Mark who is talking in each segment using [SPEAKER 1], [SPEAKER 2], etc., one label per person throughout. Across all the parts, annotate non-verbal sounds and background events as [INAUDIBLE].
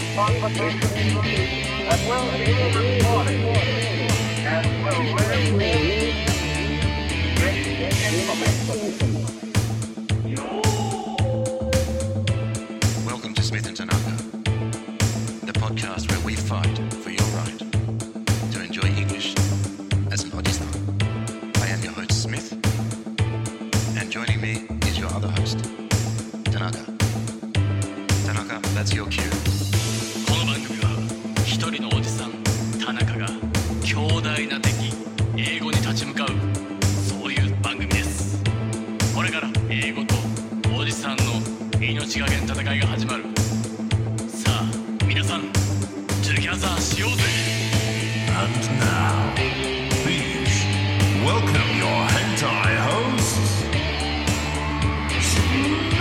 [SPEAKER 1] television, as well as radio recording, as well as
[SPEAKER 2] Welcome to Smith and Tanaka, the podcast where we fight for your right to enjoy English as an Odistan. I am your host, Smith, and joining me is your other host, Tanaka. Tanaka, that's your cue.
[SPEAKER 3] この番組は一人のおじさん田中が強大な敵英語に立ち向かうそういう番組ですこれから英語とおじさんの命がけの戦いが始まるさあ皆さん together しようぜ
[SPEAKER 4] And now, please welcome your hentai host, Smith.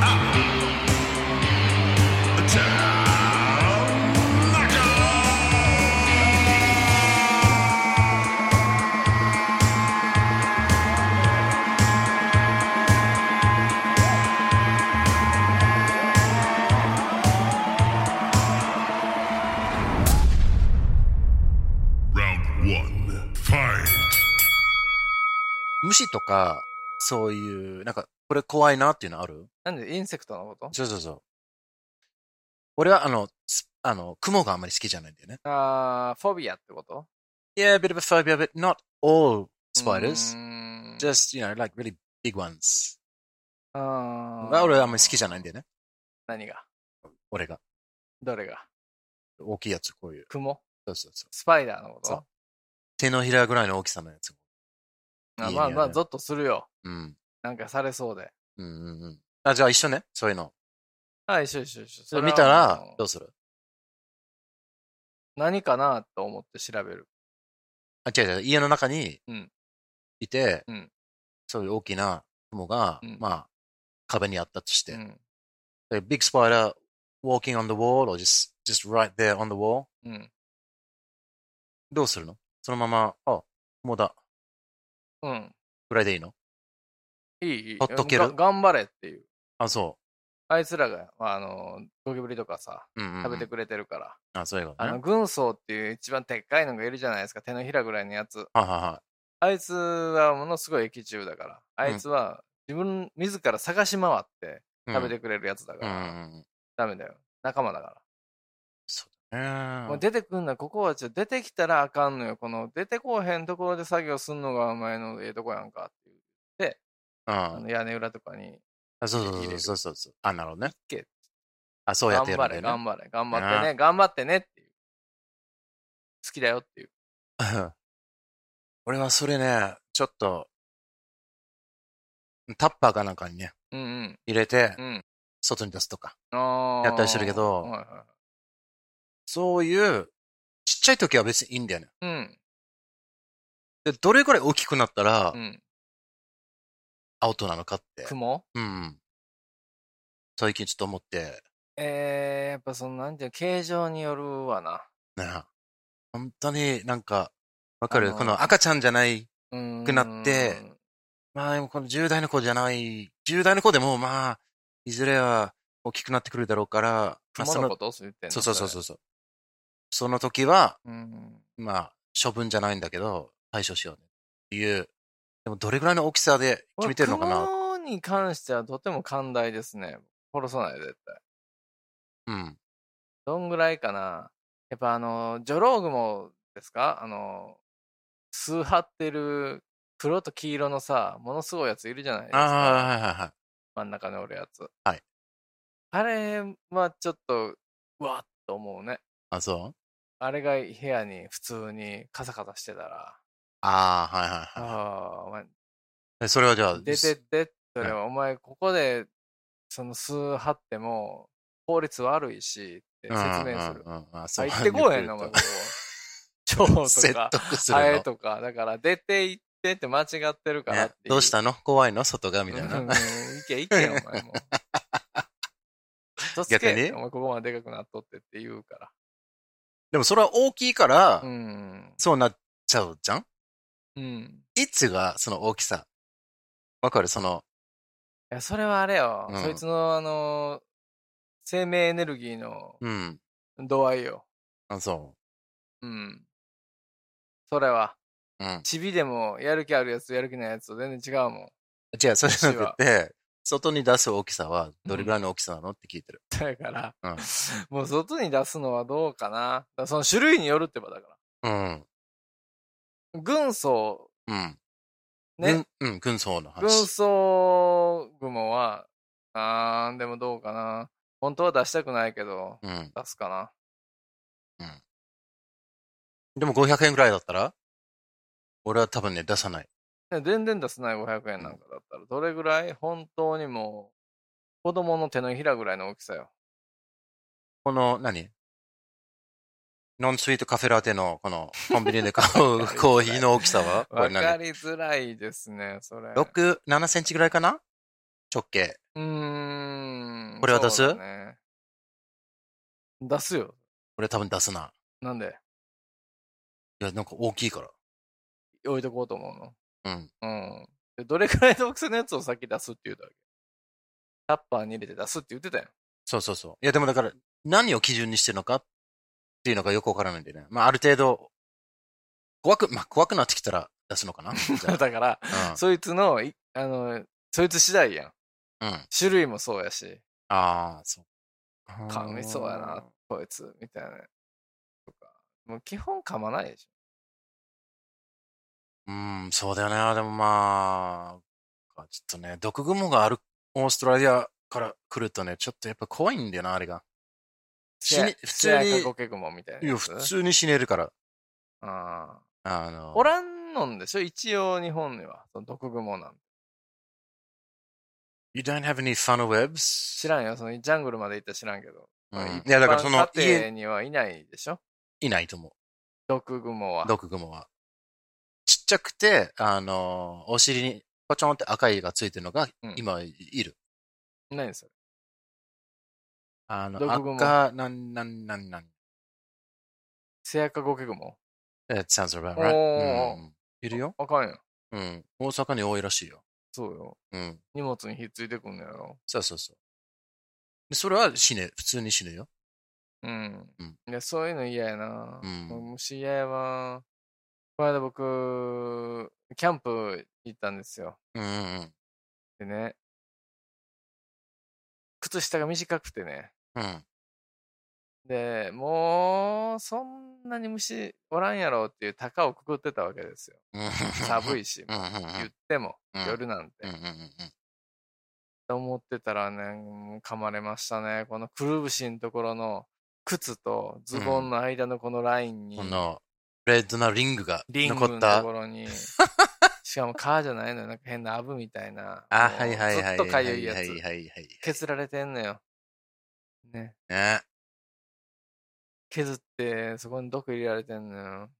[SPEAKER 4] Ah. Tanaka. Round one, fight.
[SPEAKER 5] 無視とか、そういう、なんか、これ怖いなっていうのある
[SPEAKER 6] なんでインセクトのこと
[SPEAKER 5] そうそうそう。俺は、あの、すあの、雲があんまり好きじゃないんだよね。
[SPEAKER 6] あー、フォビアってこと
[SPEAKER 5] Yeah, a bit of a phobia, but not all spiders.
[SPEAKER 6] うーん
[SPEAKER 5] Just, you know, like really big ones.
[SPEAKER 6] あー
[SPEAKER 5] が俺はあんまり好きじゃないんだよね。
[SPEAKER 6] 何が
[SPEAKER 5] 俺が。
[SPEAKER 6] どれが
[SPEAKER 5] 大きいやつ、こういう。
[SPEAKER 6] 雲
[SPEAKER 5] そうそうそう。
[SPEAKER 6] スパイダーのこ
[SPEAKER 5] そ
[SPEAKER 6] と
[SPEAKER 5] 手のひらぐらいの大きさのやつ。
[SPEAKER 6] あ
[SPEAKER 5] いい
[SPEAKER 6] まあ
[SPEAKER 5] ね
[SPEAKER 6] まあ、ゾッとするよ。
[SPEAKER 5] うん。
[SPEAKER 6] なんかされそうで。
[SPEAKER 5] うんうんうん。あ、じゃあ一緒ね。そういうの。
[SPEAKER 6] あ、一緒一緒一緒。
[SPEAKER 5] それ
[SPEAKER 6] は
[SPEAKER 5] 見た
[SPEAKER 6] あ
[SPEAKER 5] ら
[SPEAKER 6] の、
[SPEAKER 5] どうする
[SPEAKER 6] 何かなと思って調べる。
[SPEAKER 5] あ、違う違う。家の中に
[SPEAKER 6] うん
[SPEAKER 5] いて、
[SPEAKER 6] うん
[SPEAKER 5] そういう大きな雲が、
[SPEAKER 6] うん
[SPEAKER 5] まあ、壁にあったとして
[SPEAKER 6] う、ん。
[SPEAKER 5] a big spider walking on the wall or just just right there on the wall
[SPEAKER 6] うん。
[SPEAKER 5] どうするのそのままあもうだ
[SPEAKER 6] うん。
[SPEAKER 5] ぐらいでいいの
[SPEAKER 6] いい、いい。
[SPEAKER 5] ほっとける
[SPEAKER 6] が頑張れっていう。
[SPEAKER 5] あそ
[SPEAKER 6] あいつらが、まあ、あの、ゴキブリとかさ、
[SPEAKER 5] う、うんうんうん
[SPEAKER 6] 食べてくれてるから。
[SPEAKER 5] あそういうこと
[SPEAKER 6] あ
[SPEAKER 5] ね
[SPEAKER 6] の、軍曹っていう一番でっかいのがいるじゃないですか。手のひらぐらいのやつ。
[SPEAKER 5] はいはいは
[SPEAKER 6] あいつはものすごい駅中だから、あいつは自分自ら探し回って
[SPEAKER 5] い
[SPEAKER 6] 食べてくれるやつだ
[SPEAKER 5] う
[SPEAKER 6] か
[SPEAKER 5] んう
[SPEAKER 6] ら、
[SPEAKER 5] んうん
[SPEAKER 6] ダメだよ。仲間だか
[SPEAKER 5] そうだ
[SPEAKER 6] ら。
[SPEAKER 5] ね
[SPEAKER 6] もう出てくんな、ここはちょ出てきたらあかんのよ。この出てこうへんところで作業すんのがお前のええとこやんかっていう。
[SPEAKER 5] うん
[SPEAKER 6] あの屋根裏とかに、
[SPEAKER 5] あそうそうそうそうそうあなるほどね
[SPEAKER 6] け
[SPEAKER 5] あそうや
[SPEAKER 6] 頑
[SPEAKER 5] ってや
[SPEAKER 6] 張
[SPEAKER 5] る
[SPEAKER 6] れ、
[SPEAKER 5] んだよね
[SPEAKER 6] 頑張れ、頑張ってね、頑張ってねっていう。好きだよっていう。
[SPEAKER 5] [LAUGHS] 俺はそれねちょっとタッパーかなんかにね
[SPEAKER 6] うんうん。
[SPEAKER 5] 入れて
[SPEAKER 6] うん
[SPEAKER 5] 外に出すとか、
[SPEAKER 6] あー
[SPEAKER 5] やったりしてるけど
[SPEAKER 6] はいは
[SPEAKER 5] そういうちっちゃい時は別にいいんだよね
[SPEAKER 6] いはい。
[SPEAKER 5] でどれぐらい大きくなったら、
[SPEAKER 6] うん。うん。
[SPEAKER 5] アウトなのかって。
[SPEAKER 6] 雲
[SPEAKER 5] うん。最近ちょっと思って、
[SPEAKER 6] えー、やっぱその、なんていうの形状によるわな。
[SPEAKER 5] ね、本当になんか、わか
[SPEAKER 6] あ
[SPEAKER 5] る
[SPEAKER 6] のー
[SPEAKER 5] この赤ちゃんじゃない、
[SPEAKER 6] く
[SPEAKER 5] くなってまあでもこの10代の子じゃない、10代の子でもまあ、いずれは大きくなってくるだろうから、まあ
[SPEAKER 6] 熊
[SPEAKER 5] そ
[SPEAKER 6] の
[SPEAKER 5] の
[SPEAKER 6] こ、とそう言ってんの
[SPEAKER 5] そうそうそう
[SPEAKER 6] そ
[SPEAKER 5] そうそう。その時は、
[SPEAKER 6] れうん。
[SPEAKER 5] まあ、処分じゃないんだけど、対処しようね。っていう、でもどれぐらいの大きさで決めてるのかな
[SPEAKER 6] 熊に関してはとても寛大ですね。殺さない、絶対。
[SPEAKER 5] うん。
[SPEAKER 6] どんぐらいかな。やっぱあの、ジョロウグモですかあの、巣張ってる黒と黄色のさ、ものすごいやついるじゃないです
[SPEAKER 5] あ
[SPEAKER 6] か。
[SPEAKER 5] あ、はいはいはい。
[SPEAKER 6] 真ん中におるやつ。
[SPEAKER 5] はい。
[SPEAKER 6] あれはちょっと、うわっと思うね。
[SPEAKER 5] あ、そう
[SPEAKER 6] あれが部屋に普通にカサカサしてたら、
[SPEAKER 5] ああ、はいはいは
[SPEAKER 6] ああ、お前
[SPEAKER 5] い。えそれはじゃあ、
[SPEAKER 6] 出てって、それ
[SPEAKER 5] は
[SPEAKER 6] はお前ここで、その数張っても、法律悪いし、って説明する。
[SPEAKER 5] うんうんうんうんあそう
[SPEAKER 6] 入ってこうへんの、お前ここ。蝶
[SPEAKER 5] [LAUGHS] 説
[SPEAKER 6] とか、
[SPEAKER 5] 得する
[SPEAKER 6] ハエ
[SPEAKER 5] の。
[SPEAKER 6] とか、だから出て行ってって間違ってるからっ
[SPEAKER 5] ね
[SPEAKER 6] てい
[SPEAKER 5] どうしたの怖いの外がみ
[SPEAKER 6] み
[SPEAKER 5] たい
[SPEAKER 6] うん、
[SPEAKER 5] な。
[SPEAKER 6] 行け行け
[SPEAKER 5] [LAUGHS]
[SPEAKER 6] よ、お前もう。嘘つけ
[SPEAKER 5] 逆に
[SPEAKER 6] お前ここまででかくなっとってって言うか
[SPEAKER 5] でもそれは大きいから
[SPEAKER 6] ら。う、ん。
[SPEAKER 5] そうなっちゃうじゃん
[SPEAKER 6] うん。
[SPEAKER 5] いつがその大きさ。わかるその、
[SPEAKER 6] いや、それはあれよ。
[SPEAKER 5] うん
[SPEAKER 6] そいつの、あの生命エネルギーの
[SPEAKER 5] うん。
[SPEAKER 6] 度合いよ。
[SPEAKER 5] あ、そ
[SPEAKER 6] うん。それは、
[SPEAKER 5] う。うん。
[SPEAKER 6] チビでもやる気あるやつとやる気ないやつと全然違うもん。
[SPEAKER 5] じゃあ、それじゃなくて、外に出す大きさはどれぐらいの大きさなのって聞いてる。
[SPEAKER 6] だから、
[SPEAKER 5] うん
[SPEAKER 6] もう外に出すのはどうかな。だからその種類によるってばだか
[SPEAKER 5] うん。
[SPEAKER 6] ら。軍曹、
[SPEAKER 5] うん。
[SPEAKER 6] ね、
[SPEAKER 5] 軍。うん、軍曹の
[SPEAKER 6] 軍
[SPEAKER 5] 話。
[SPEAKER 6] 曹雲は、あーでもどうかな。本当は出したくないけど、
[SPEAKER 5] うん。
[SPEAKER 6] 出すかな。
[SPEAKER 5] でも500円ぐらいだったら俺は多分ね、出さない。
[SPEAKER 6] ね全然出せない500円なんかだったら、どれぐらい本当にもう、子供の手のひらぐらいの大きさよ。
[SPEAKER 5] この、何ノンスイートカフェラテの、この、コンビニで買
[SPEAKER 6] [LAUGHS]
[SPEAKER 5] うコーヒーの大きさはこ
[SPEAKER 6] わ
[SPEAKER 5] れ
[SPEAKER 6] か
[SPEAKER 5] 何
[SPEAKER 6] りづらいですね、それ。
[SPEAKER 5] ?6、7センチぐらいかな直径。
[SPEAKER 6] うーん。
[SPEAKER 5] これは出す
[SPEAKER 6] そうだね出すよ。
[SPEAKER 5] 俺多分出すな。
[SPEAKER 6] なんで
[SPEAKER 5] いや、なんか大きいから。
[SPEAKER 6] 置いとこうと思うの。
[SPEAKER 5] うん。
[SPEAKER 6] うん。でどれくらいの大きさのやつを先出すって言うたわけ。タッパーに入れて出すって言ってたよ。
[SPEAKER 5] そうそうそう。いや、でもだから、何を基準にしてるのかっていうのがよくわからないんでね。まあ、ある程度、怖く、まあ、怖くなってきたら出すの
[SPEAKER 6] [LAUGHS]
[SPEAKER 5] かなじゃ
[SPEAKER 6] だから、
[SPEAKER 5] あ
[SPEAKER 6] そいつの、いあの、そいつ次第やん。
[SPEAKER 5] うん。うん。あ
[SPEAKER 6] 種類もそうやし、
[SPEAKER 5] あー、そう。
[SPEAKER 6] 噛みそうやな、こいつ、みたいな。とか。もう基本噛まないでし
[SPEAKER 5] うん、そうだよね。でもまあ、ちょっとね、毒蜘蛛があるオーストラリアから来るとね、ちょっとやっぱ怖いんだよな、あれが。
[SPEAKER 6] ょ。
[SPEAKER 5] 死に、普通に、
[SPEAKER 6] 過去ケグモみたい
[SPEAKER 5] い
[SPEAKER 6] なや
[SPEAKER 5] や、
[SPEAKER 6] つ。
[SPEAKER 5] 普通に死ねるから。
[SPEAKER 6] ああ。
[SPEAKER 5] あの、
[SPEAKER 6] おらんのんでしょ一応日本には。その毒蜘蛛なんて。
[SPEAKER 5] You don't have any funnel webs?
[SPEAKER 6] 知らんよ。そのジャングルまで行ったら知らんけど。
[SPEAKER 5] うん
[SPEAKER 6] まあ
[SPEAKER 5] いや、だからそ
[SPEAKER 6] 一
[SPEAKER 5] の
[SPEAKER 6] 般、家庭
[SPEAKER 5] 家、
[SPEAKER 6] にはいないでしょ
[SPEAKER 5] いないと思う。
[SPEAKER 6] 毒蜘蛛は。
[SPEAKER 5] 毒蜘蛛は。ちっちゃくて、あの、お尻に、ポチョンって赤いがついてるのが
[SPEAKER 6] うん、
[SPEAKER 5] 今、いる。
[SPEAKER 6] 何それ
[SPEAKER 5] あの、
[SPEAKER 6] 毒蜘蛛
[SPEAKER 5] 赤、なん、なん、なん、なん。
[SPEAKER 6] セアカゴケグモ
[SPEAKER 5] That sounds about
[SPEAKER 6] お
[SPEAKER 5] right.
[SPEAKER 6] ー
[SPEAKER 5] うんいるよ
[SPEAKER 6] あかんよ。
[SPEAKER 5] うん。大阪に多いらしいよ。
[SPEAKER 6] そうよ。
[SPEAKER 5] うん。
[SPEAKER 6] 荷物にひっついてくんのやろ。
[SPEAKER 5] そうそうそう。でそれは死ね、普通に死ぬよ。
[SPEAKER 6] うん
[SPEAKER 5] うん。
[SPEAKER 6] いや、そういうの嫌やな。
[SPEAKER 5] うん
[SPEAKER 6] も虫嫌やわ。この間僕、キャンプ行ったんですよ。
[SPEAKER 5] うんうん
[SPEAKER 6] でね、靴下が短くてね。
[SPEAKER 5] うん。うん。
[SPEAKER 6] で、もう、そんなに虫おらんやろっていう高をくくってたわけですよ。
[SPEAKER 5] うん
[SPEAKER 6] 寒。いし
[SPEAKER 5] [LAUGHS] う、んうんうん。
[SPEAKER 6] 言っても、
[SPEAKER 5] うん
[SPEAKER 6] 夜なん
[SPEAKER 5] うん
[SPEAKER 6] て
[SPEAKER 5] う。んうん
[SPEAKER 6] と思ってたらね、もう噛まれましたね。このくるぶしのところの靴とズボンの間のこのライン
[SPEAKER 5] うん
[SPEAKER 6] に。
[SPEAKER 5] この、レッドなリングが
[SPEAKER 6] リング
[SPEAKER 5] 残
[SPEAKER 6] の
[SPEAKER 5] っ
[SPEAKER 6] と
[SPEAKER 5] た
[SPEAKER 6] こ。ろ
[SPEAKER 5] [LAUGHS]
[SPEAKER 6] に。しかも皮じゃないのよ。なんか変なアブみたいな。
[SPEAKER 5] あ、
[SPEAKER 6] もう
[SPEAKER 5] はいはいはい。
[SPEAKER 6] ずっとかゆいや
[SPEAKER 5] はい
[SPEAKER 6] つ
[SPEAKER 5] はい。はいはい。
[SPEAKER 6] 削られてんのよ。ね。
[SPEAKER 5] ね。
[SPEAKER 6] 削って、そこに毒入れられてんのよ。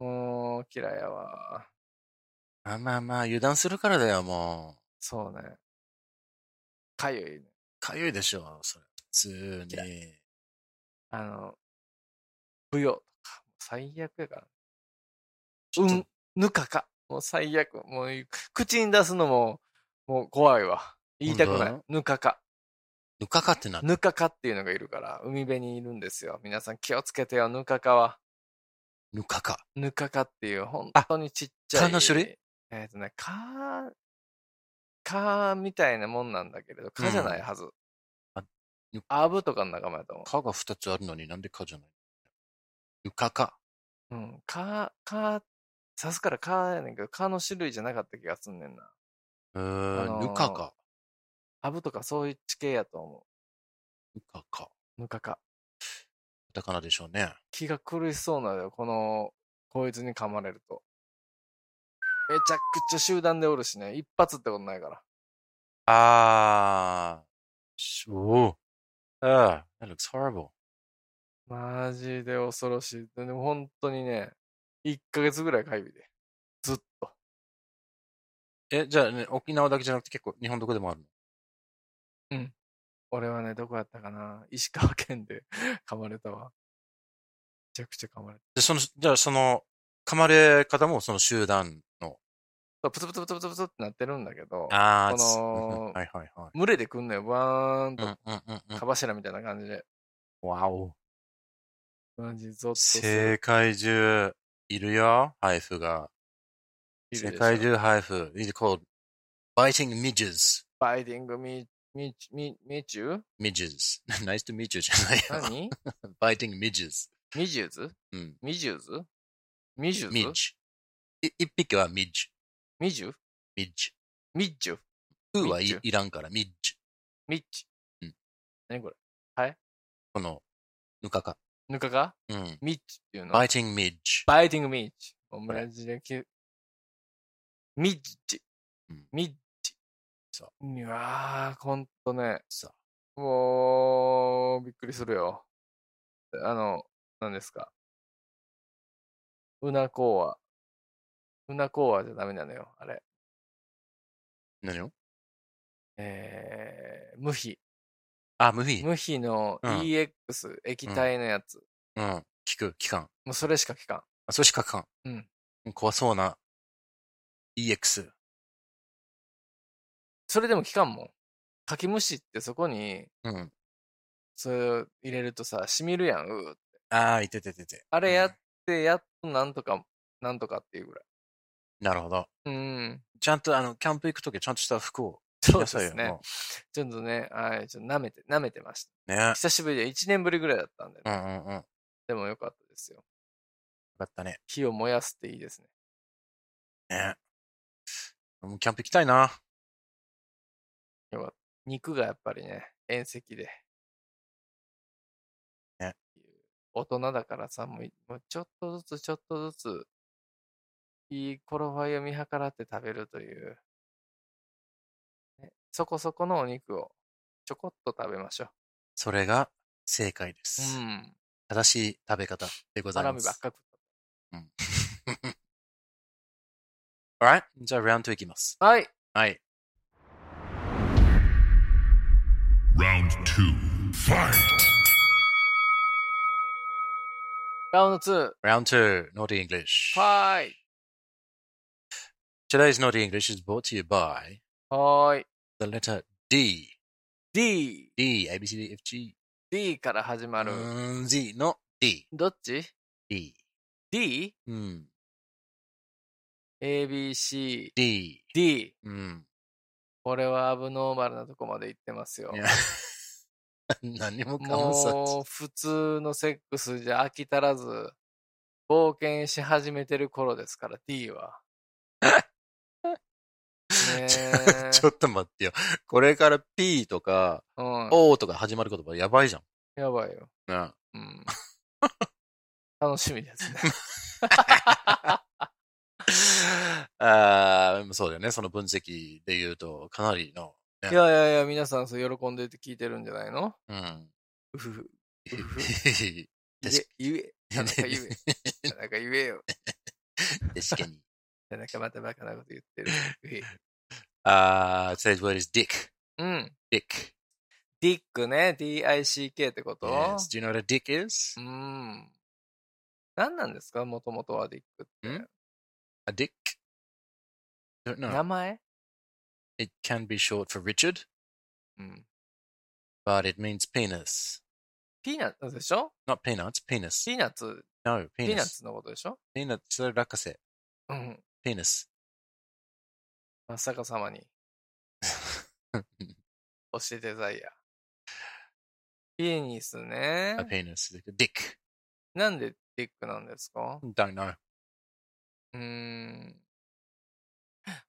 [SPEAKER 6] もう、嫌いやわ。
[SPEAKER 5] まあまあまあ、油断するからだよ、もう。
[SPEAKER 6] そうね。かゆいね。
[SPEAKER 5] かゆいでしょ、それ。普通に。
[SPEAKER 6] あの、ブヨとか、最悪やから。
[SPEAKER 5] ちょ
[SPEAKER 6] う
[SPEAKER 5] っと
[SPEAKER 6] ん、ぬかか。もう最悪。もう、口に出すのも、もう怖いわ。言いたくな
[SPEAKER 5] 本
[SPEAKER 6] い。ぬかか。
[SPEAKER 5] ぬかかってなる。
[SPEAKER 6] ぬかかっていうのがいるから、海辺にいるんですよ。皆さん気をつけてよ、ぬかかは。
[SPEAKER 5] ぬかか。
[SPEAKER 6] ぬかかっていう、本当にちっちゃい。
[SPEAKER 5] 蚊の種類
[SPEAKER 6] えっ、とね、蚊、蚊みたいなもんなんだけれど、蚊じゃないはず。
[SPEAKER 5] あぬ
[SPEAKER 6] アブとかの仲間やと思
[SPEAKER 5] かが二つあるのになんでかじゃないぬかか。
[SPEAKER 6] う。うん、蚊、蚊、刺すから蚊やねんけど、蚊の種類じゃなかった気がすんねんな。
[SPEAKER 5] う
[SPEAKER 6] あ
[SPEAKER 5] ー
[SPEAKER 6] の
[SPEAKER 5] ん、
[SPEAKER 6] ー
[SPEAKER 5] ぬかか。
[SPEAKER 6] アブとかそういう地形やと思
[SPEAKER 5] ぬかか。
[SPEAKER 6] う。ぬかか。
[SPEAKER 5] カタカナでしょうね。
[SPEAKER 6] 気が狂いそうなのよ、この、こいつに噛まれると。めちゃくちゃ集団でおるしね、一発ってことないから。
[SPEAKER 5] あー。おお。ああ。That looks horrible.
[SPEAKER 6] マジで恐ろしい。でも本当にね、1ヶ月ぐらいかゆいで。ずっと。
[SPEAKER 5] え、じゃあ、ね、沖縄だけじゃなくて結構日本どこでもあるの
[SPEAKER 6] 俺はね、どこやったかな石川県で [LAUGHS] 噛まれたわ。めちゃくちゃ噛まれた。
[SPEAKER 5] で、その、じゃあその、噛まれ方もその集団の
[SPEAKER 6] そうプツプツプツプツプツってなってるんだけど、
[SPEAKER 5] ああ、
[SPEAKER 6] この
[SPEAKER 5] うんはいはいは
[SPEAKER 6] 群れで来んのよ、ブワーン
[SPEAKER 5] い。う
[SPEAKER 6] と、
[SPEAKER 5] んうんうんうん
[SPEAKER 6] か。ばしらみたいな感じで。
[SPEAKER 5] わお。
[SPEAKER 6] マジゾッとする
[SPEAKER 5] 世界中、いるよ、ハイフが。
[SPEAKER 6] ビル
[SPEAKER 5] 世
[SPEAKER 6] でした
[SPEAKER 5] 界中ハイフ。It's called Biting Midges.
[SPEAKER 6] バイディングミミミミチュー
[SPEAKER 5] Midges. [LAUGHS] nice to meet you じゃないよ。
[SPEAKER 6] 何
[SPEAKER 5] Biting Midges.
[SPEAKER 6] ミジューズ
[SPEAKER 5] [LAUGHS] うん。
[SPEAKER 6] ミジューズミジューズ
[SPEAKER 5] Midge. い一匹は Midge。
[SPEAKER 6] ミジュ
[SPEAKER 5] Midge。
[SPEAKER 6] ミッジュ
[SPEAKER 5] u はい
[SPEAKER 6] Midge
[SPEAKER 5] いらんから Midge。
[SPEAKER 6] ミッチ
[SPEAKER 5] うん。
[SPEAKER 6] 何これ
[SPEAKER 5] この、ぬかか。
[SPEAKER 6] ぬかか
[SPEAKER 5] うん。
[SPEAKER 6] ミッチっていうの
[SPEAKER 5] Biting Midge.
[SPEAKER 6] バイティングミッチ。オム
[SPEAKER 5] れ
[SPEAKER 6] ラジできミッチ
[SPEAKER 5] うん。
[SPEAKER 6] ミッチ。。
[SPEAKER 5] そう
[SPEAKER 6] いやー、ほんとね。
[SPEAKER 5] そう
[SPEAKER 6] もう、びっくりするよ。あの、何ですか。うなこうは。うなこうはじゃダメなのよ、あれ。
[SPEAKER 5] 何を
[SPEAKER 6] えー、無比。
[SPEAKER 5] あ、無比。うん。
[SPEAKER 6] 無比の
[SPEAKER 5] うん
[SPEAKER 6] EX、液体のやつ。
[SPEAKER 5] 聞く、聞かん。
[SPEAKER 6] もうそれしか聞かん。
[SPEAKER 5] あ、それしか聞かん。
[SPEAKER 6] うん
[SPEAKER 5] 怖そうな EX。
[SPEAKER 6] それでも聞かんもん。かきむしってそこに、
[SPEAKER 5] うん。
[SPEAKER 6] それを入れるとさ、しみるやん、うーって
[SPEAKER 5] ああ、いてててて。
[SPEAKER 6] あれや
[SPEAKER 5] う
[SPEAKER 6] っ
[SPEAKER 5] ん
[SPEAKER 6] て、やっとなんとか、なんとかっていうぐらい。
[SPEAKER 5] なるほど。
[SPEAKER 6] うん。
[SPEAKER 5] ちゃんと、あの、キャンプ行くときはちゃんとした服を着
[SPEAKER 6] そう
[SPEAKER 5] な
[SPEAKER 6] で
[SPEAKER 5] さい
[SPEAKER 6] す
[SPEAKER 5] よ。
[SPEAKER 6] ね。ちょっとね、はい、ちょっと舐めて、舐めてまし
[SPEAKER 5] もうね
[SPEAKER 6] た。久しぶりで、1年ぶりぐらいだったんで、
[SPEAKER 5] う
[SPEAKER 6] ね、
[SPEAKER 5] んうんうん。よ
[SPEAKER 6] でもよかったですよ。
[SPEAKER 5] かったね。
[SPEAKER 6] 火を燃やすっていいですね。
[SPEAKER 5] ね。もうキャンプ行きたいな。
[SPEAKER 6] 肉がやっぱりね、遠赤で。
[SPEAKER 5] ね
[SPEAKER 6] 大人だからさ、もういもうちょっとずつちょっとずつ、いい頃合いを見計らって食べるという、ねそこそこのお肉をちょこっと食べましょう。
[SPEAKER 5] それが正解です。
[SPEAKER 6] うん。
[SPEAKER 5] 正しい食べ方でござい
[SPEAKER 6] サラ
[SPEAKER 5] ま
[SPEAKER 6] ミ
[SPEAKER 5] す
[SPEAKER 6] ばっ。か食っ
[SPEAKER 5] Alright? じゃあ、round 2いきます。
[SPEAKER 6] た。はい。
[SPEAKER 5] はい。
[SPEAKER 4] Round two. Fight.
[SPEAKER 6] ラウンド
[SPEAKER 5] Round 2, Naughty English.
[SPEAKER 6] 2。はーい。
[SPEAKER 5] Today's Naughty English is brought to you by
[SPEAKER 6] はーい。
[SPEAKER 5] the letter D.
[SPEAKER 6] D。
[SPEAKER 5] D, A, B, C, D, F, G,
[SPEAKER 6] D から始まる。
[SPEAKER 5] うん Z の D。
[SPEAKER 6] どっち
[SPEAKER 5] D。
[SPEAKER 6] ?D?
[SPEAKER 5] うん。
[SPEAKER 6] A, B, C,
[SPEAKER 5] D。
[SPEAKER 6] D。
[SPEAKER 5] うん。
[SPEAKER 6] これはアブノーマルなとこまで行ってますよ
[SPEAKER 5] い。や [LAUGHS] 何もかもさ
[SPEAKER 6] もう普通のセックスじゃ飽き足らず、冒険し始めてる頃ですから、D
[SPEAKER 5] [LAUGHS]
[SPEAKER 6] は。ねえ。
[SPEAKER 5] ちょっと待ってよ。これから P とか、
[SPEAKER 6] うん、
[SPEAKER 5] O とか始まる言葉やばいじゃん。
[SPEAKER 6] やばいよ。
[SPEAKER 5] な
[SPEAKER 6] うん、楽しみですね。
[SPEAKER 5] [LAUGHS] あーそうだよね。その分析で言うと、かなりの、ね
[SPEAKER 6] いやいやいや、皆さんそう喜んでって聞いてるんじゃないの
[SPEAKER 5] うん。
[SPEAKER 6] うふふ。
[SPEAKER 5] [LAUGHS] 確
[SPEAKER 6] 言
[SPEAKER 5] か
[SPEAKER 6] え、言え。田中言え。田中言えよ。
[SPEAKER 5] [LAUGHS] 確かに。
[SPEAKER 6] 田中またバカなこと言ってる。うひ
[SPEAKER 5] あー today's word is dick.
[SPEAKER 6] うん。
[SPEAKER 5] Dick.
[SPEAKER 6] ディックね。D-I-C-K ってこと、
[SPEAKER 5] Yes. Do you know what a dick is?
[SPEAKER 6] うーん。何なんですかもともとはディックって。
[SPEAKER 5] A dick? Don't know.
[SPEAKER 6] 名前
[SPEAKER 5] It can be short for Richard,
[SPEAKER 6] うん。
[SPEAKER 5] but it means penis.
[SPEAKER 6] ピーナッツでしょ
[SPEAKER 5] Not peanuts, penis.
[SPEAKER 6] ピーナッツ、
[SPEAKER 5] No,
[SPEAKER 6] ピーナッ
[SPEAKER 5] penis.
[SPEAKER 6] ツのことでしょ
[SPEAKER 5] Peanut. それ落下せ。
[SPEAKER 6] うん。
[SPEAKER 5] Penis.
[SPEAKER 6] まさかさまに。 [LAUGHS] 教えてザイヤ。ピーニス
[SPEAKER 5] A
[SPEAKER 6] ね。
[SPEAKER 5] penis. is Like a dick.
[SPEAKER 6] なんでディックなんですか
[SPEAKER 5] Don't know.
[SPEAKER 6] うーん。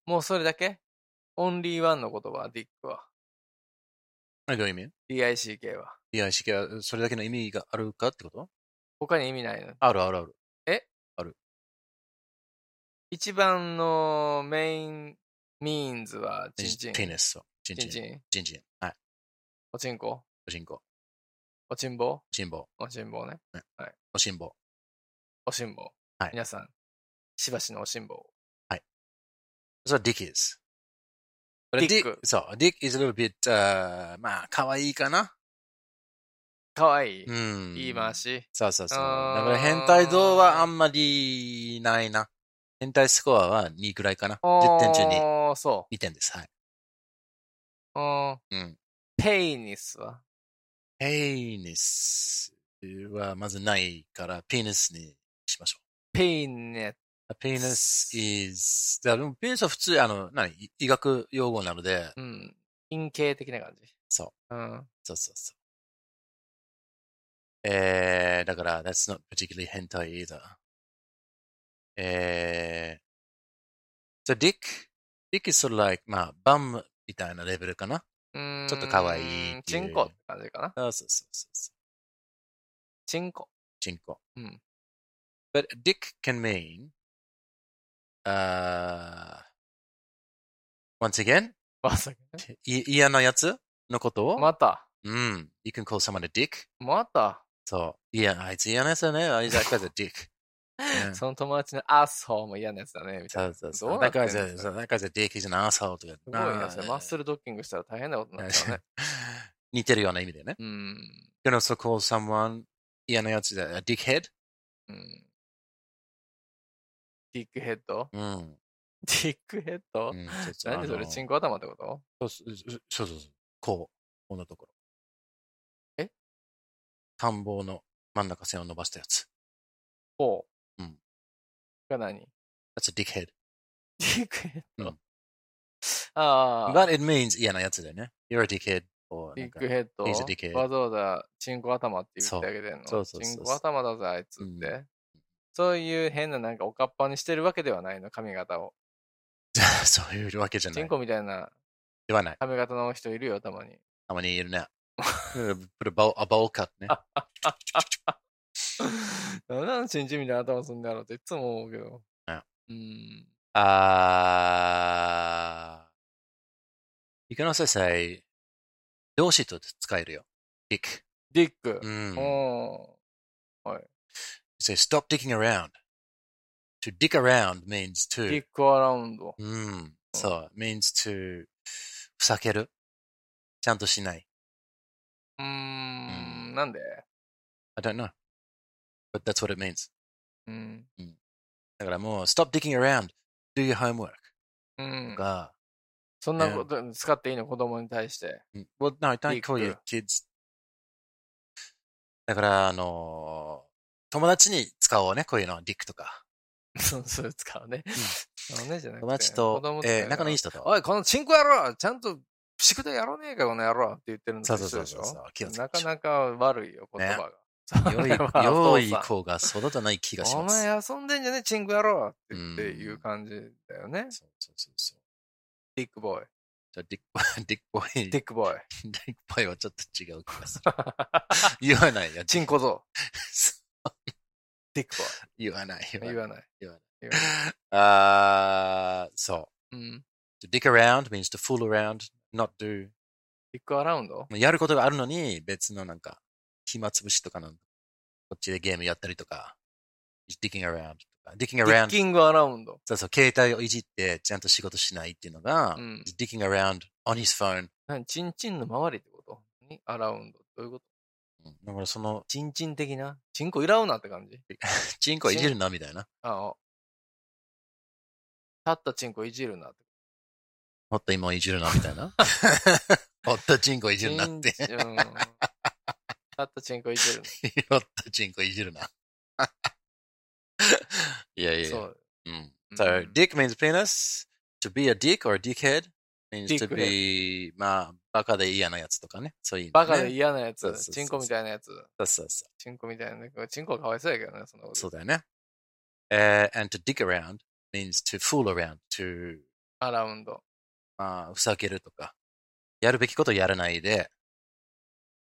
[SPEAKER 6] もうそれだけオンリーワンの言葉、ディックは。
[SPEAKER 5] I don't mean.
[SPEAKER 6] DICK は。
[SPEAKER 5] いや、しかそれだけの意味があるかってこと
[SPEAKER 6] 他に意味ないの。
[SPEAKER 5] あるあるある。
[SPEAKER 6] 一番のメイン、ミーンズは、チンチン。
[SPEAKER 5] ペニス。そう。チン
[SPEAKER 6] チンチ
[SPEAKER 5] チン。
[SPEAKER 6] ン。
[SPEAKER 5] チンチン。はい。
[SPEAKER 6] おちんこ
[SPEAKER 5] おしんこ。
[SPEAKER 6] おちんぼ
[SPEAKER 5] おしんぼ。
[SPEAKER 6] おちんぼね。
[SPEAKER 5] おしんぼ。
[SPEAKER 6] おしんぼ。
[SPEAKER 5] はい
[SPEAKER 6] 皆さん、しばしのおしんぼを。
[SPEAKER 5] それは dick is. But a
[SPEAKER 6] Dick
[SPEAKER 5] dick. そう。dick is a little bit, uh, まあ、可愛いかな。
[SPEAKER 6] かわいい。
[SPEAKER 5] うん。
[SPEAKER 6] 言い回。し。
[SPEAKER 5] そうそうそう。だ
[SPEAKER 6] あー
[SPEAKER 5] から変態道はあんまりないな。変態スコアは2ぐらいかな。
[SPEAKER 6] あ
[SPEAKER 5] 10点中に
[SPEAKER 6] ーそ
[SPEAKER 5] 2点です。はい。
[SPEAKER 6] う。うん。
[SPEAKER 5] うん。
[SPEAKER 6] ペイニスは
[SPEAKER 5] ペイニスはまずないから、ペニスにしましょ
[SPEAKER 6] ペイネッ
[SPEAKER 5] う。ペニス is, だからでもペニスは普通、あの、何医医学用語なので、
[SPEAKER 6] ト。うん。陰形的な感じ。
[SPEAKER 5] そう。
[SPEAKER 6] うん。
[SPEAKER 5] そうそうそう。えー、だから、that's not particularly 変態 either. えー、so dick, dick is sort of like, まあ、バムみたいなレベルかな。
[SPEAKER 6] うーん
[SPEAKER 5] ちょっと可愛いって
[SPEAKER 6] チ
[SPEAKER 5] いう
[SPEAKER 6] ンコって感じかな。
[SPEAKER 5] そうそうそうそうそう。
[SPEAKER 6] チンコ。
[SPEAKER 5] チンコ。
[SPEAKER 6] うん。
[SPEAKER 5] But dick can mean, uh, once again,
[SPEAKER 6] まさかね。
[SPEAKER 5] い嫌なやつのことを、
[SPEAKER 6] また。
[SPEAKER 5] うん、you can call someone a dick.
[SPEAKER 6] また。
[SPEAKER 5] そう。いや、あいつ嫌なやつだね。あいつ、あいつ、dick. うん
[SPEAKER 6] その友達のアスホーも嫌なやつだね、みたい
[SPEAKER 5] そ
[SPEAKER 6] な。
[SPEAKER 5] うそうそう。
[SPEAKER 6] どうな
[SPEAKER 5] That
[SPEAKER 6] ってん
[SPEAKER 5] guy's
[SPEAKER 6] の
[SPEAKER 5] a,
[SPEAKER 6] す
[SPEAKER 5] that guy's a dick, he's an asshole とか。
[SPEAKER 6] ごいな、
[SPEAKER 5] あー
[SPEAKER 6] それ。マッスルドッキングしたら大変なことになっちゃう
[SPEAKER 5] [LAUGHS]
[SPEAKER 6] ね。
[SPEAKER 5] 似てるような意味でね。
[SPEAKER 6] うん。
[SPEAKER 5] You can also call someone 嫌なやつだ。a dickhead?
[SPEAKER 6] うん。ディックヘッド
[SPEAKER 5] うん。
[SPEAKER 6] ディックヘッド
[SPEAKER 5] うん
[SPEAKER 6] 何それ、チ
[SPEAKER 5] ちょ
[SPEAKER 6] ン
[SPEAKER 5] っ
[SPEAKER 6] コ頭ってこと
[SPEAKER 5] とあのそうそうそうそうそう。こう。こんなところ。
[SPEAKER 6] え
[SPEAKER 5] 田んぼの真ん中線を伸ばしたやつ。
[SPEAKER 6] こう。
[SPEAKER 5] うん。
[SPEAKER 6] が何
[SPEAKER 5] That's a dickhead.
[SPEAKER 6] ディックヘッ
[SPEAKER 5] う
[SPEAKER 6] ド
[SPEAKER 5] ん。
[SPEAKER 6] [LAUGHS] ああ、
[SPEAKER 5] But it means 嫌なやつだよね。You're a dickhead. or
[SPEAKER 6] デ
[SPEAKER 5] な
[SPEAKER 6] ィ
[SPEAKER 5] ん
[SPEAKER 6] ッ
[SPEAKER 5] か
[SPEAKER 6] クヘッド。
[SPEAKER 5] He's a dickhead.
[SPEAKER 6] わざわざチンコ頭って言ってあげてんの。
[SPEAKER 5] そうそうそう
[SPEAKER 6] チ
[SPEAKER 5] そう
[SPEAKER 6] ンコ頭だぜ、あいつって。
[SPEAKER 5] う
[SPEAKER 6] そういう変ななんかおかっぱにしてるわけではないの、髪型を。
[SPEAKER 5] [LAUGHS] そういうわけじゃな
[SPEAKER 6] チ
[SPEAKER 5] い
[SPEAKER 6] ン。コみたいな
[SPEAKER 5] ではない。
[SPEAKER 6] 髪型の人いるよ、たまに。 [LAUGHS]
[SPEAKER 5] たまにいるね。うんプルボアボーカッね。
[SPEAKER 6] なんであのチンチンみたいな頭すんだろうっていつも思うけど。
[SPEAKER 5] ね
[SPEAKER 6] うん。
[SPEAKER 5] あー。You can also say 動詞と使えるよ。dick.
[SPEAKER 6] ディック
[SPEAKER 5] う。ん。You
[SPEAKER 6] お
[SPEAKER 5] say stop dicking around. To dick around means
[SPEAKER 6] ーディ
[SPEAKER 5] to.
[SPEAKER 6] ックアラウンド。
[SPEAKER 5] うん。そう。means to ふざける。ちゃんとしない。
[SPEAKER 6] うーん。なんで
[SPEAKER 5] I don't know. But that's what it means.
[SPEAKER 6] うん。
[SPEAKER 5] だからもう stop dicking around. Do your homework.
[SPEAKER 6] うん。
[SPEAKER 5] が、
[SPEAKER 6] そんなこと使っていいの子供に対して。
[SPEAKER 5] うん Well, no, don't
[SPEAKER 6] Dick
[SPEAKER 5] call your kids. だから、あのー友達に使おうね、こういうの。dick とか。
[SPEAKER 6] そう、それ使うね。あのねじゃなくて
[SPEAKER 5] 友達
[SPEAKER 6] 子
[SPEAKER 5] と
[SPEAKER 6] 供、
[SPEAKER 5] えー仲のいい
[SPEAKER 6] 人。
[SPEAKER 5] 人と。
[SPEAKER 6] おい、このチンコ野郎ちゃんと宿題やろうねえか、この野郎って言ってるのと
[SPEAKER 5] そう
[SPEAKER 6] 一
[SPEAKER 5] そう
[SPEAKER 6] 緒
[SPEAKER 5] そう
[SPEAKER 6] でし
[SPEAKER 5] そう
[SPEAKER 6] ょ
[SPEAKER 5] そう。気をつけ
[SPEAKER 6] な
[SPEAKER 5] ま
[SPEAKER 6] か
[SPEAKER 5] しょ
[SPEAKER 6] なか悪いよ、言
[SPEAKER 5] ね
[SPEAKER 6] 葉が。
[SPEAKER 5] う。良
[SPEAKER 6] それはお父
[SPEAKER 5] い、良い
[SPEAKER 6] さん
[SPEAKER 5] 子が育たない気がし
[SPEAKER 6] お
[SPEAKER 5] ます。
[SPEAKER 6] 前遊んでんじゃねえ、チンコ野郎って言って
[SPEAKER 5] うん
[SPEAKER 6] いう感じだよね。
[SPEAKER 5] そうそうそうそう。
[SPEAKER 6] ディックボーイ。
[SPEAKER 5] じゃあ、ディッ [LAUGHS] ク、ディックボーイ、
[SPEAKER 6] デ
[SPEAKER 5] デ
[SPEAKER 6] ィックボーイ。
[SPEAKER 5] ィックボーイはちょっと違う気がす [LAUGHS] る。言わないよ。
[SPEAKER 6] チンコ像。ディック
[SPEAKER 5] [LAUGHS] 言わない。
[SPEAKER 6] ボーイ。
[SPEAKER 5] 言
[SPEAKER 6] 言
[SPEAKER 5] わ
[SPEAKER 6] わない。言わない
[SPEAKER 5] ない。あー、そう。
[SPEAKER 6] うん。
[SPEAKER 5] To dick around means to fool around, not do.
[SPEAKER 6] ディックアラウンド
[SPEAKER 5] やることがあるのに、別のなんか、暇つぶしとかの、こっちでゲームやったりとか、is dicking around. とか dicking
[SPEAKER 6] ディ
[SPEAKER 5] around
[SPEAKER 6] ッキングアラウンド。
[SPEAKER 5] そうそう、携帯をいじって、ちゃんと仕事しないっていうのが、
[SPEAKER 6] うん
[SPEAKER 5] he's dicking around on his phone。
[SPEAKER 6] 何チンチンの周りってこと何アラウンド。どういうこと
[SPEAKER 5] うんだからその、
[SPEAKER 6] チンチン的なチンコいらうなって感じ
[SPEAKER 5] チンコいじるな、みたいな。
[SPEAKER 6] ああ。立ったチンコいじるなって。
[SPEAKER 5] ほっと今をいじるな、みたい [LAUGHS] な。ほっとチンコいじるなって。
[SPEAKER 6] チンチンうん立ったチンコいじる
[SPEAKER 5] ほっとチンコいじるな。 [LAUGHS] い [LAUGHS] やい
[SPEAKER 6] な。
[SPEAKER 5] や。
[SPEAKER 6] そうう。
[SPEAKER 5] ん。
[SPEAKER 6] うん
[SPEAKER 5] So, dick means penis. To be a dick or a dickhead means to
[SPEAKER 6] Dickhead
[SPEAKER 5] be, まあ、バカで嫌なやつとかね。そういう意味ね、
[SPEAKER 6] バカで嫌なや
[SPEAKER 5] そ
[SPEAKER 6] つ
[SPEAKER 5] うそう。そう
[SPEAKER 6] チンコみたいなやつ。
[SPEAKER 5] そうそうそう。
[SPEAKER 6] チンコみたいな。チンコはかわいそうやけどね、そんなこと
[SPEAKER 5] そうだよね。えー and to dick around means to fool around, to
[SPEAKER 6] アラウンド。
[SPEAKER 5] まあ、ふざけるとか、やるべきことをやらないで、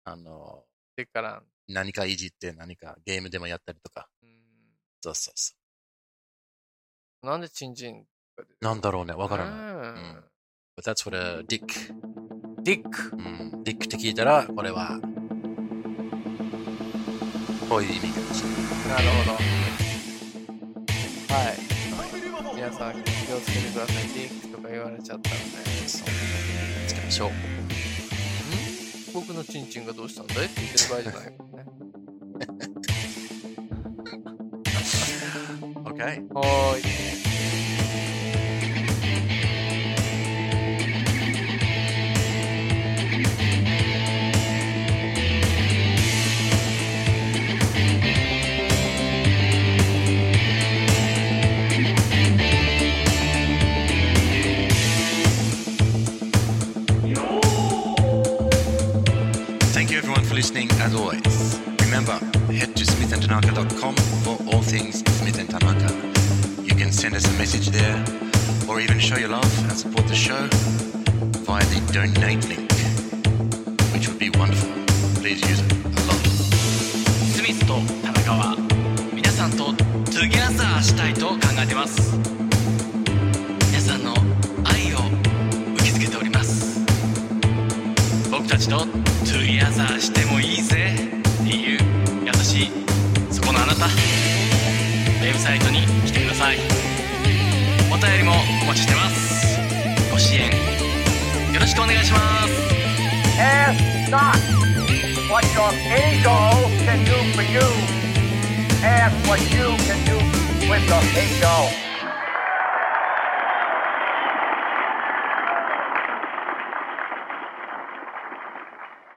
[SPEAKER 5] あの、
[SPEAKER 6] ディックアラウン
[SPEAKER 5] 何かいじって何かゲームでもやったりとか。
[SPEAKER 6] ド。うん
[SPEAKER 5] そうそうそ
[SPEAKER 6] なんでチンチンが出て
[SPEAKER 5] う。なんだろうね、わからない。
[SPEAKER 6] な
[SPEAKER 5] But that's what a dick.
[SPEAKER 6] い。ディック。
[SPEAKER 5] うん。dick って聞いたら、これは、こういう意味かもしれない。
[SPEAKER 6] なるほど。はい。皆さん気をつけてください。ディックとか言われちゃったので。
[SPEAKER 5] つけましょう。
[SPEAKER 6] 僕のチンチンがどうしたんだいって言ってる場合じゃないもんね。
[SPEAKER 5] Okay.
[SPEAKER 6] はーい。
[SPEAKER 2] As always, remember, head to smithandtanaka.com for all things Smith and Tanaka. You can send us a message there, or even show your love and support the show via the donate link, which would be wonderful. Please use it a lot.
[SPEAKER 3] スミスと田中は皆さんとトゥギャザーしたいと考えてます皆さんの愛を受け付けております僕たちとトゥギャザーしてもいいぜっていう優しいそこのあなたウェブサイトに来てくださいお便りもお待ちしてますご支援よろしくお願いします
[SPEAKER 1] Ask not what your ego can do for you. Ask what you can do with your ego.